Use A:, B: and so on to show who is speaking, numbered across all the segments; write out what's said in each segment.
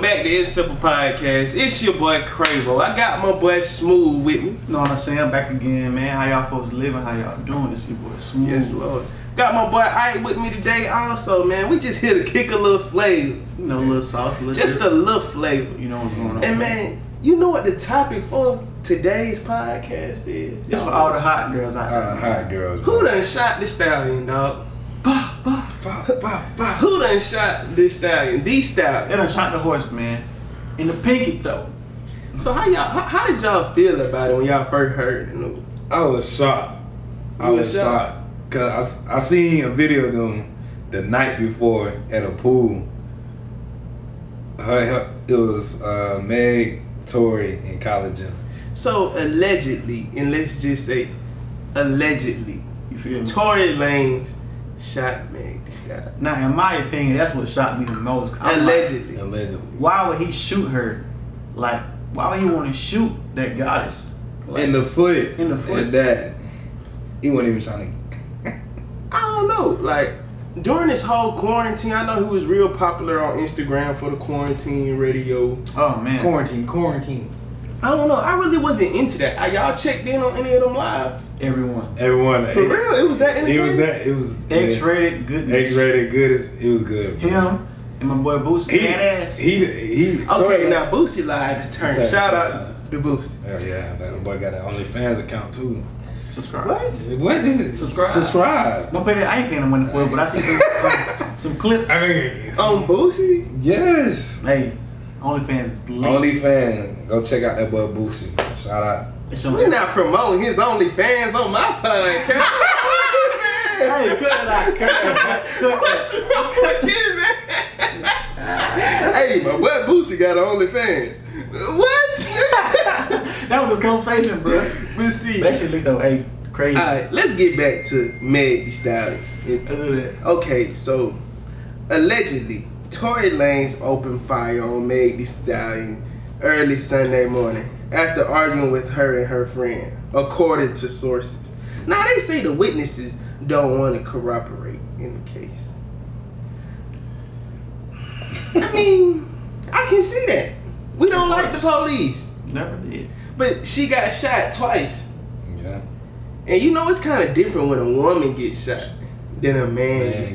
A: back to It's Simple Podcast. It's your boy Cravo. I got my boy Smooth with me.
B: You know what I'm saying? Back again, man. How y'all folks living? How y'all doing? This your boy Smooth.
A: Yes, Lord. Got my boy Ike with me today also, man. We just here to kick a little flavor.
B: You know, a little sauce, a little
A: Just a
B: drip.
A: little flavor.
B: You know what's going on.
A: And man, you know what the topic for today's podcast is?
B: it's for all the hot girls out
C: Uh,
B: there.
C: hi, girls.
A: Who done shot the stallion, dog?
B: Bah, bah.
C: Bah, bah, bah.
A: Who done shot this stallion? The
B: They
A: stallion.
B: done shot the horse, man. In the pinky though.
A: So how y'all? How, how did y'all feel about it when y'all first heard the news?
C: I was shocked. I
A: You
C: was
A: was shocked?
C: shocked because I, s- I seen a video of them the night before at a pool. Her, her it was uh, Meg, Tori, and Collagen.
A: So allegedly, and let's just say allegedly,
B: You feel me?
A: Tory Lanez shot Meg Thee Stallion.
B: Now, in my opinion, that's what shot me the most. I'm like,
A: Allegedly.
C: Allegedly.
B: why would he shoot her? Like, why would he want to shoot that goddess? Like,
C: in the foot.
B: In the foot.
C: And that. He wasn't even trying to.
A: I don't know. Like during this whole quarantine, I know he was real popular on Instagram for the quarantine radio.
B: oh
C: Hmm.
B: man.
C: Quarantine, quarantine.
A: I don't know. I really wasn't into that. I, y'all checked in on any of them live?
B: Everyone.
C: Everyone.
A: For real, it was that
C: It was
A: entertaining.
C: that. It was.
B: X-rated goodness.
C: X rated good. As, it was good. bro.
B: Him and my boy Boosie.
C: He.
B: Badass.
C: He. he
A: Okay,
C: Tory-
A: now Boosie live is turned.
C: Sorry.
A: Shout out to Boosie.
C: Oh yeah, that boy got an OnlyFans account too.
B: Subscribe.
A: What?
C: What? Did
B: Subscribe.
C: Subscribe.
B: No, baby, I ain't paying him money for it, but I see some, some, some clips.
C: I mean,
B: Um,
A: On Boosie?
C: yes.
B: hey, OnlyFans is lit.
C: OnlyFans. Go check out that boy Boosie. Shout out.
B: It's on-
A: We're not promoting his OnlyFans on my podcast.
B: Hey, cut it out, cut it out, cut it out.
A: What you wrong with you, man? hey, my boy Boosie got OnlyFans. What?
B: That was his conversation, bro.
A: we see.
B: That shit lit though. Hey, crazy.
A: All right, let's get back to Meg Thee Stallion.
B: Let's
A: It-
B: do that.
A: Okay, so allegedly, Tory Lanez opened fire on Meg Thee Stallion early Sunday morning after arguing with her and her friend, according to sources. Now they say the witnesses don't want to corroborate in the case. I mean, I can see that. We don't like the police,
B: Never did.
A: but she got shot twice.
C: Yeah.
A: And you know it's kind of different when a woman gets shot than a man,
C: Man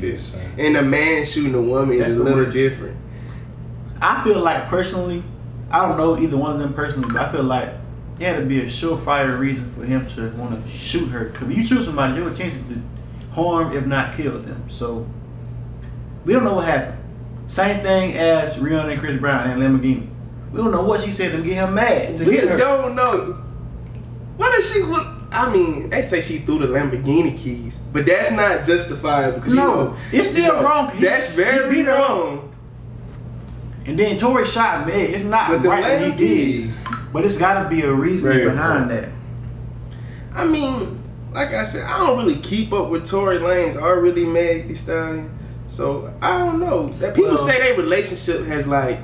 A: gets
C: gets
A: shot.
C: shot.
A: And a man shooting a woman
B: That's
A: is a
B: the
A: little
B: worst.
A: different.
B: I feel like personally, I don't know either one of them personally, but I feel like there had to be a surefire reason for him to want to shoot her. Because you shoot somebody, your intention is to harm, if not kill them. So we don't know what happened. Same thing as Rihanna and Chris Brown and Lamborghini. We don't know what she said to get him mad. To
A: we
B: get her.
A: don't know. What does she? What, I mean, they say she threw the Lamborghini keys, but that's not justifiable. 'cause you
B: No,
A: know-
B: it's still
A: Bro,
B: wrong. He-
A: That's
B: he
A: very
B: beat her up.
A: wrong.
B: And then Tory shot Meg. It's not
A: But the
B: right what he did.
C: Lamborghinis.
B: But it's got to be a reason
C: Very
B: behind
C: important.
A: I mean, like I said, I don't really keep up with Tory Lanez or really Meg Thee Stallion, so I don't know. That people
B: Well-
A: say their relationship has like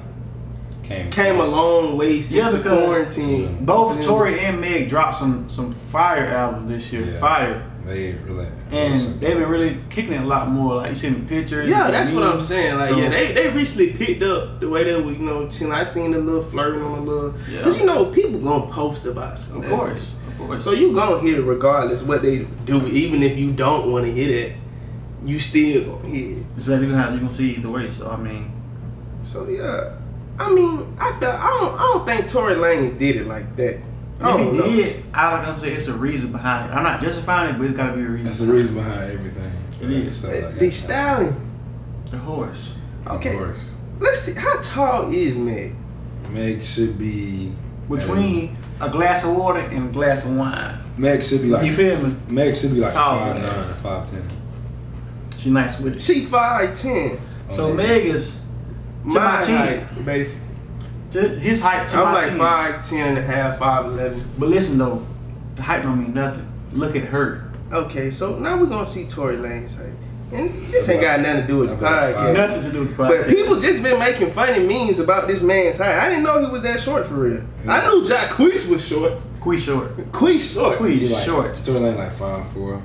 C: Came.
A: came a long way since
B: Yeah,
A: the
B: because-
A: quarantine.
B: that. Both
A: Yeah.
B: Tory and Meg dropped some some fire albums this year.
C: Yeah.
B: Fire.
C: They really.
B: And they've been really kicking it a lot more. Like you see the pictures.
A: Yeah,
B: the
A: that's what I'm
B: memes.
A: saying. Like,
B: So,
A: yeah, they, they recently picked up the way they were, you know, chilling. I seen a little flirting on a little.
B: Yeah.
A: Because, you know, people going to post about
B: of
A: something.
B: course, of course.
A: So you going to hear it regardless what they do. Even if you don't want to hear that, you still going to hear it.
B: so you gonna you gonna see either way. So I mean,
A: So, yeah. I mean, I, felt, I, don't, I don't think Tory Lanez did it like that. I
B: if he
A: don't know.
B: did, I like I'm saying it's a reason behind it. I'm not justifying it, but it's gotta be a reason.
C: That's the reason behind everything.
B: It is.
C: Stuff
A: They,
C: like
A: they
C: that.
A: styling.
B: The horse.
C: Of
A: Okay.
C: course.
A: Let's see. How tall is Meg?
C: Meg should be.
B: Between a glass of water and a glass of wine.
C: Meg should be like.
B: you feel me?
C: Meg should be like
B: Tall
C: five nine,
B: ass.
C: five ten.
B: She nice with it.
A: She 5'10".
B: So Meg is
A: My
B: chin.
A: height, basically.
B: to his height to
A: I'm
B: my
A: like
B: chin.
A: five ten and a half, five eleven.
B: But listen though, the height don't mean nothing. Look at her.
A: Okay, so now we're gonna see Tory Lane's height, and this ain't got nothing to do with the
C: I'm like five.
A: podcast.
B: Nothing to do with the
A: But
B: podcast.
A: people just been making funny memes about this man's height. I didn't know he was that short for real. I knew Jacquees was short.
B: Quee short.
A: Quees short.
B: Quee
C: He
B: is
C: like,
B: short.
C: Tory Lane like five four.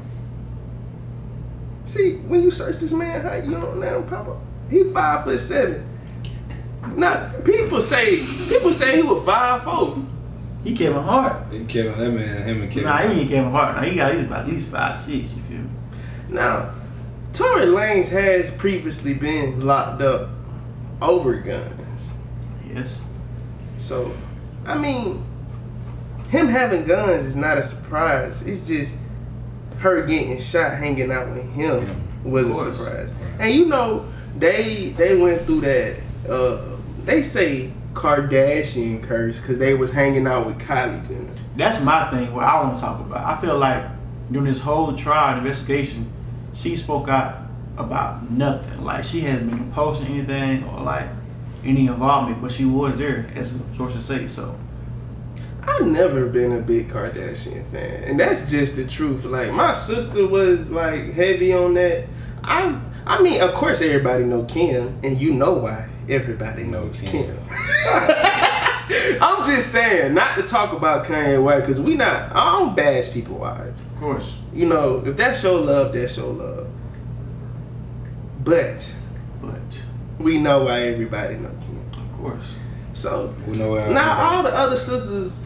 A: See, when you search this man height, you don't let him pop up. He five foot seven. Nah, people say people say he was five four.
B: He Kevin Hart.
C: He Kevin, that man, him and Kevin.
B: Nah, he ain't Kevin Hart. Nah, he got he was about at least five six. You feel me?
A: Now, Tory Lanez has previously been locked up over guns.
B: Yes.
A: So, I mean, him having guns is not a surprise. It's just her getting shot hanging out with him
C: Yeah,
A: was
B: of
A: a
B: course.
A: surprise. And you know, they they went through that. Uh, they say Kardashian curse because they was hanging out with Kylie Jenner.
B: That's my thing. What I want to talk about. I feel like during this whole trial and investigation, she spoke out about nothing. Like she hasn't been posting anything or like any involvement, but she was there, as sources say. So
A: I've never been a big Kardashian fan, and that's just the truth. Like my sister was like heavy on that. I I mean, of course, everybody know Kim, and you know why everybody knows
C: Kim.
A: Kim. I'm just saying, not to talk about Kanye West, cause we not. I don't bash people wives.
B: of course,
A: You know, if that's your love, that's your love. But
B: but
A: we know why everybody know Kim.
B: of course,
A: So
C: We know where
A: now all the other sisters,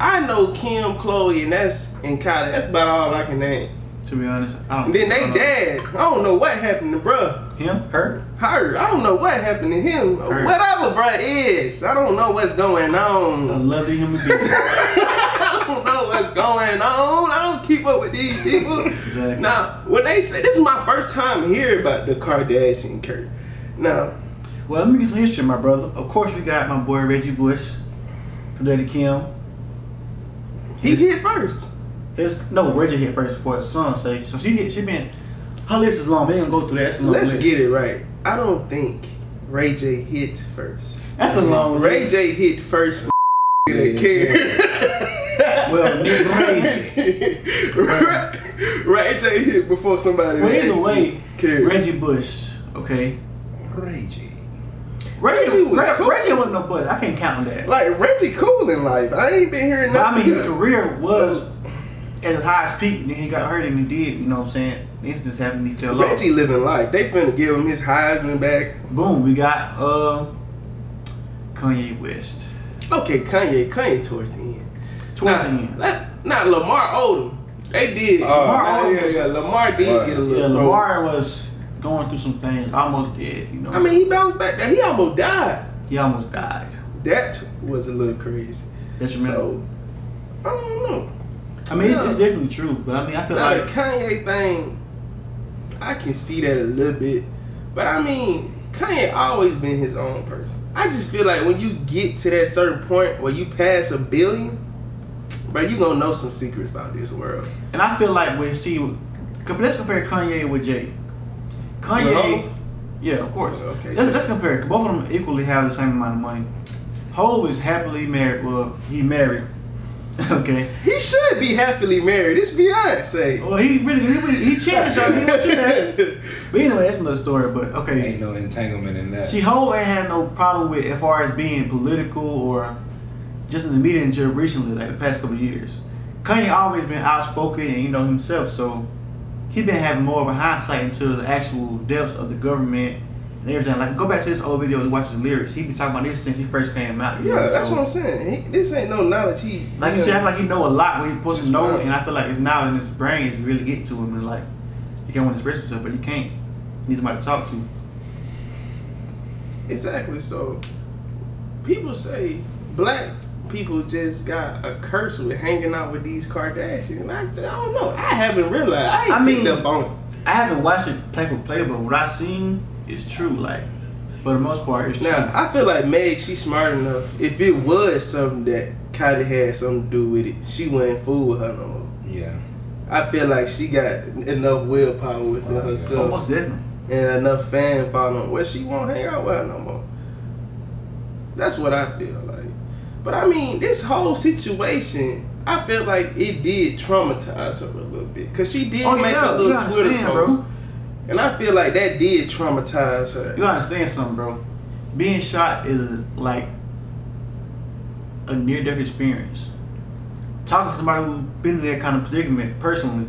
A: I know Kim, Chloe, and that's and Kylie. That's about all I can name.
B: to be honest, I don't.
A: And then
B: I
A: they
B: don't
A: dad. I don't know what happened to bruh.
B: know. Him, her.
A: Her. I don't know what happened to him.
B: Her.
A: Whatever bruh is. I don't know what's going
B: A
A: on.
B: lovely human being.
A: I don't know what's going on. I don't keep up with these people.
B: Exactly.
A: Now, when they say this is my first time hearing about the Kardashian curse. Now,
B: Well, let me get some history, my brother. Of course, we got my boy Reggie Bush, Lady Kim.
A: he did first.
B: His no Reggie hit first before his son say. So she hit. She been her list is long. We ain't gonna go through that. That's a long
A: Let's
B: list.
A: get it right. I don't think Ray J hit first.
B: That's a long
A: Ray
B: list.
A: J hit first.
C: Yeah,
A: They
C: yeah.
A: care.
B: Well, neither Ray
A: Ray, Ray J hit before somebody.
B: Well, either
A: actually
B: way,
A: cared.
B: Reggie Bush. Okay.
C: Reggie.
B: Reggie
A: Reggie was
B: Reggie,
A: cool.
B: Reggie wasn't no Bush. I can't count on that.
A: Like Reggie cool in life. I ain't been hearing
B: But
A: nothing.
B: I mean, his
A: good.
B: career was at his highest peak, and then he got hurt, and he did. You know what I'm saying? This just happened. He fell off.
A: Reggie living life. They finna give him his Heisman back.
B: Boom. We got uh, Kanye West.
A: Okay, Kanye. Kanye towards the end. Nah,
B: Towards the end. Uh,
A: Not, not Lamar Odom. They did.
C: Oh.
A: Lamar
B: Lamar
A: Odom. Yeah,
B: Odom.
A: yeah, Lamar did
C: Right.
A: get a little.
B: Yeah,
A: throw.
B: Lamar was going through some things, almost dead. You know,
A: I mean, he bounced back. There. He almost died.
B: he almost died.
A: That was a little crazy.
B: Detrimental.
A: So I don't know.
B: I mean, it's, it's
A: yeah.
B: definitely true, but I mean, I feel
A: Now the
B: like
A: Kanye thing, I can see that a little bit, but I mean, Kanye always been his own person. I just feel like when you get to that certain point where you pass a billion, bro, you gonna know some secrets about this world.
B: And I feel like we see. com- Let's compare Kanye with Jay. Kanye,
A: Well,
B: yeah, of course.
A: Okay.
B: Let's, let's compare. it. Both of them equally have the same amount of money. Hove is happily married. Well, he married. Okay.
A: He should be happily married. It's Beyonce.
B: Well, he really he really, he cheated, so he went to that. But anyway, that's another story. But okay.
C: Ain't no entanglement in that.
B: See, Ho ain't had no problem with as far as being political or just in the media until recently, like the past couple of years. Kanye always been outspoken and you know himself, so he been having more of a hindsight into the actual depths of the government and everything. Like go back to his old videos, and watch the lyrics. He been talking about this since he first came out. you
A: yeah,
B: know,
A: that's
B: so-
A: what I'm saying. He, this ain't no knowledge. He
B: Like you
A: yeah.
B: said, I feel like he know a lot when he supposed to
A: Just
B: know,
A: wild.
B: and I feel like it's now in his brain is really get to him and like he can't want to express himself, but he can't. He needs somebody to talk to.
A: Exactly. So people say black people just got a curse with hanging out with these Kardashians. And I, say, I don't know. I haven't realized. I ain't
B: I mean-
A: picked up on
B: I haven't watched it play for play, but what I've seen is true. Like, for the most part, it's
A: it.
B: true.
A: Now I feel like Meg, she's smart enough. If it was something that kind of had something to do with it, she wouldn't fool with her no more.
C: Yeah.
A: I feel like she got enough willpower within
C: Oh, yeah.
A: herself
B: Almost definitely.
A: and enough fan following where she won't hang out with her no more. That's what I feel like. But I mean, this whole situation, I feel like it did traumatize her a little bit because she did
B: Oh,
A: make
B: yeah,
A: a
B: you
A: little Twitter
B: understand,
A: post,
B: bro.
A: and I feel like that did traumatize
B: You
A: her.
B: gotta understand something, bro. Being shot is like a near death experience. Talking to somebody who's been in that kind of predicament personally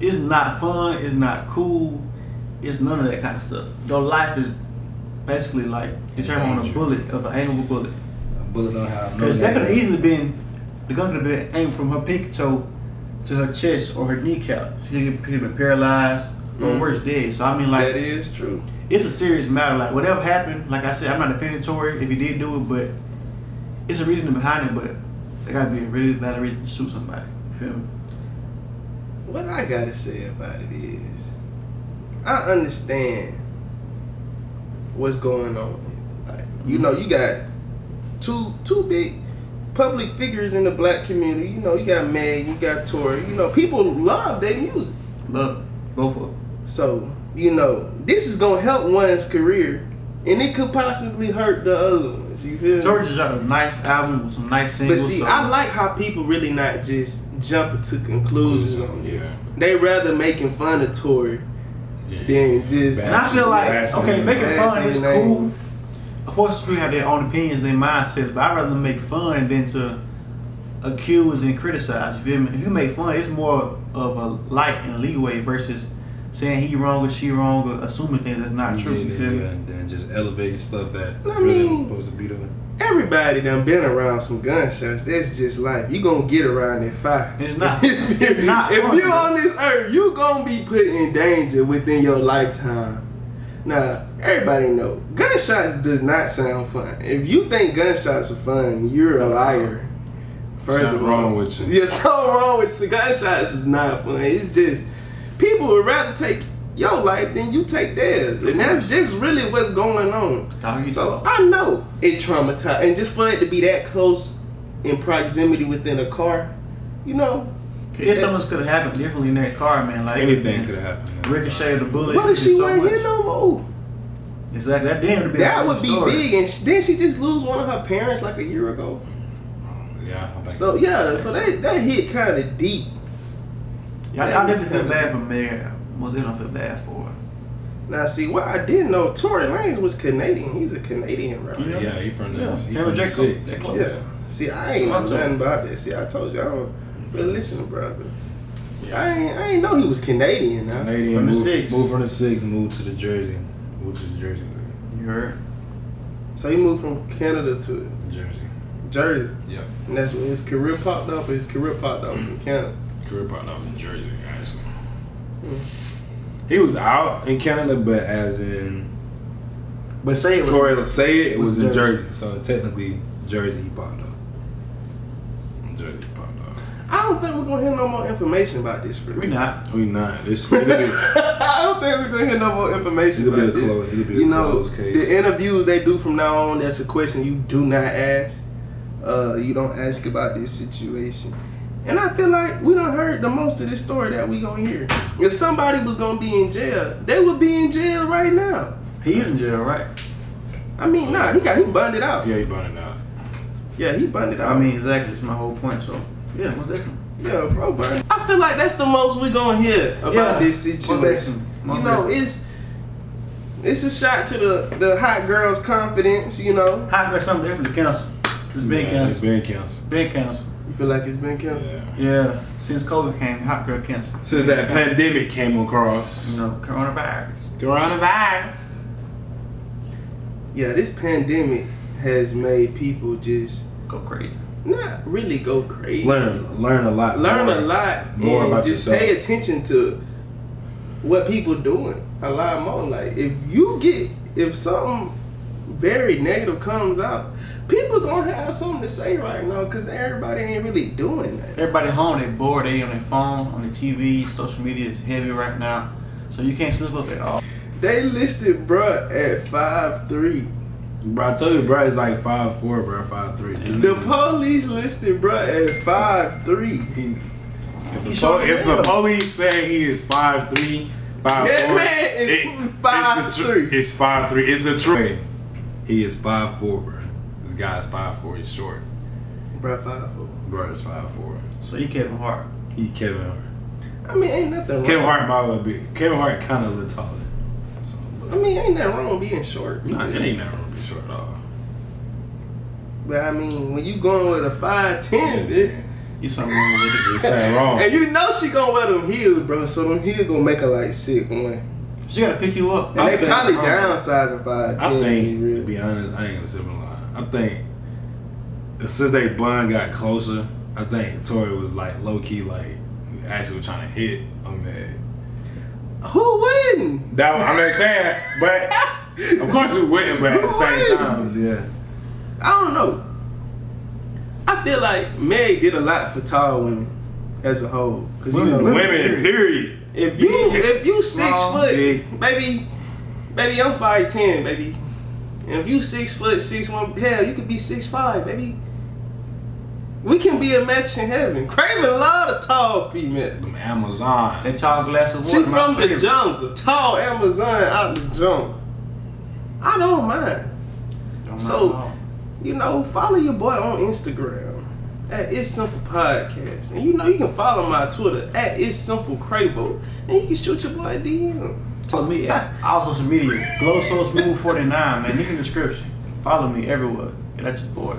B: is not fun, it's not cool, it's none of that kind of stuff. Your life is basically like determine on a
C: Danger.
B: bullet of an angle of a bullet.
C: A bullet don't have no.
B: Because that could have
C: name.
B: easily been the gun could have been aimed from her pink toe to her chest or her kneecap. She could have been paralyzed or
A: Mhm.
B: worse dead. So I mean like
A: that is true.
B: it's a serious matter. Like whatever happened, like I said, I'm not defending Tory if he did do it, but it's a reason behind it. But there gotta be a really valid reason to shoot somebody. You feel me?
A: What I gotta say about it is, I understand what's going on. Like, you know, you got two two big public figures in the black community. You know, you got Meg, you got Tory. You know, people love their music.
B: Love both of them.
A: So, you know, this is gonna help one's career, and it could possibly hurt the other ones. You feel me?
B: Tory just dropped a nice album with some nice
A: But
B: singles.
A: see,
B: so-
A: I like how people really not just jumping to conclusions on
C: Conclusions,
A: this.
C: yeah.
A: They rather making fun of Tory than just
B: And I feel like
C: Bashing
B: okay,
C: him,
B: making fun
A: bashing
B: is
A: his name.
B: cool. Of course, people have their own opinions, their mindsets, but I'd rather make fun than to accuse and criticize. You feel me? If you make fun, it's more of a light and leeway versus saying he wrong or she wrong or assuming things that's not true. You feel me?
C: Yeah, and then just elevate stuff that
A: I
C: really
A: mean-
C: ain't supposed to be done.
A: everybody done been around some gunshots. That's just life. You gonna get around that fire.
B: It's not-
A: if
B: it's not
A: if
B: fun,
A: you
B: bro.
A: on this earth, you gonna be put in danger within your lifetime. Now, everybody know gunshots does not sound fun. If you think gunshots are fun, you're a liar.
D: Something wrong with you.
A: Yeah, something wrong with gunshots is not fun. It's just people would rather take your life than you take theirs, and that's just really what's going on.
B: Dog, you
A: So I know it traumatized, and just for it to be that close in proximity within a car, you know,
B: If something could have happened differently in that car, man, like
C: Anything could have happened.
B: Ricochet the bullet.
A: what if
B: did
A: she
B: so
A: wasn't
B: much.
A: here no more?
B: Exactly. That damn would be. a
A: That would
B: different
A: be
B: story.
A: big, and sh- didn't she just lose one of her parents like a year ago?
C: Um, Yeah. I think-
A: So yeah, so that that hit kind of deep.
B: Yeah, I, I definitely feel bad for Mary. Well, they don't feel bad for her.
A: Now see, what I didn't know, Tory Lanez was Canadian. He's a Canadian rapper.
C: Yeah, he from the.
B: Yeah,
C: He
B: Him and
C: from the
B: J. Cole,
C: six.
B: they close.
A: Yeah. See, I ain't know
B: Toronto.
A: nothing about this. See, I told you I don't really listen to brother. I ain't, I ain't know he was Canadian. Now.
C: Canadian
B: From the
C: moved,
B: six.
C: moved from the six, moved to the Jersey, moved to the Jersey,
B: You heard?
A: So he moved from Canada to
C: Jersey.
A: Jersey.
D: Yeah.
A: And that's when his career popped up. His career popped up in Canada.
D: Career partner out in Jersey, actually.
B: Mm.
C: He was out in Canada, but as in
B: But say it was.
C: Tory say it, it was,
B: was
C: in
B: Jersey.
C: Jersey. So technically, Jersey he popped up.
D: Jersey partner.
A: I don't think we're gonna hear no more information about this for
B: We
A: real.
B: not.
C: We not. This it'll be,
A: I don't think we're gonna hear no more information
C: it'll be a
A: about this.
C: close. It'll be a
A: You know,
C: close case.
A: the interviews they do from now on, that's a question you do not ask. Uh, you don't ask about this situation. And I feel like we done heard the most of this story that we gonna hear. If somebody was gonna be in jail, they would be in jail right now.
B: He is in jail, right?
A: I mean, nah, he got he bunded out.
D: Yeah, he burning out.
A: Yeah, he bunded out.
B: I mean, exactly. That's my whole point. So, yeah, what's that?
A: yeah, bro, bunded. I feel like that's the most we gonna hear about
B: Yeah.
A: this
B: Most
A: situation.
B: definitely.
A: You
B: Most
A: know,
B: definitely.
A: it's it's a shot to the the hot girl's confidence. You know,
B: Hot girl, something definitely canceled. It's been
C: Yeah,
B: canceled.
C: it's been canceled
B: Been canceled.
A: you feel like it's been canceled.
D: Yeah.
B: Yeah, since COVID came, hot girl canceled.
C: since that pandemic came across.
B: You know, coronavirus.
C: Coronavirus.
A: Yeah, this pandemic has made people just
B: Go crazy.
A: not really go crazy.
C: Learn, learn a lot.
A: Learn a
C: more.
A: lot
C: more
A: and
C: about
A: just
C: yourself.
A: pay attention to what people doing. A lot more. Like if you get if something very negative comes out, people gonna have something to say right now because everybody ain't really doing that.
B: Everybody home, they bored. They on their phone, on the TV. Social media is heavy right now, so you can't slip up at all.
A: They listed bruh at five three.
C: Bro, I told you, bro, it's like five four, bro, five three.
A: The police listed bruh at five three.
C: If the,
B: short
C: po-
B: as
C: if the
B: hell.
C: police say he is five three, five
A: Yeah,
C: four,
A: man, it's five
C: it's the tru-
A: three.
C: It's five three. It's the truth. He is five four, bro. This guy's five four. He's short,
A: Bruh five four.
C: bro. It's five four.
B: So you Kevin Hart.
C: He Kevin Hart.
A: I mean ain't nothing wrong.
C: Kevin Hart might well be. Kevin Hart kind of little taller. So,
A: I mean ain't nothing wrong with being short.
C: nah, it ain't never gonna be short at all.
A: But I mean, when you going with a five ten, bitch,
B: You something wrong with it?
C: It's ain't wrong.
A: and you know she gonna wear them heels, bro. So them heels gonna make her like sick one.
B: She gotta pick you up.
A: And
C: I
A: they
C: think-
A: probably downsizing five
C: I
A: ten.
C: think,
A: to
C: to
A: be
C: be honest, I ain't gonna sit and lie. I think since they bun got closer, I think Tori was like low key, like actually trying to hit on that.
A: real. Who wouldn't?
C: That one, I'm not saying, but of course it wouldn't. But at the same time, yeah,
A: I don't know. I feel like Meg did a lot for tall women as a whole. Cause you know,
B: Women-
C: women. Period.
A: if you if you six
B: Wrong.
A: foot,
C: Big.
A: baby, baby, I'm five ten, baby. And if you six foot six one, hell, you could be six five, baby. We can be a match in heaven. Craven lot of tall females.
C: Them Amazon.
B: That tall glass of water.
A: She
B: my
A: from the
B: favorite.
A: jungle, tall Amazon out the jungle. I don't mind.
B: Don't mind
A: So-
B: at all.
A: You know, follow your boy on Instagram at It's Simple Podcast, and you know you can follow my Twitter at It's Simple Cravo, and you can shoot your boy a DM.
B: follow me at all social media. Glow so smooth forty nine man. Leave in the description. Follow me everywhere. And that's your boy.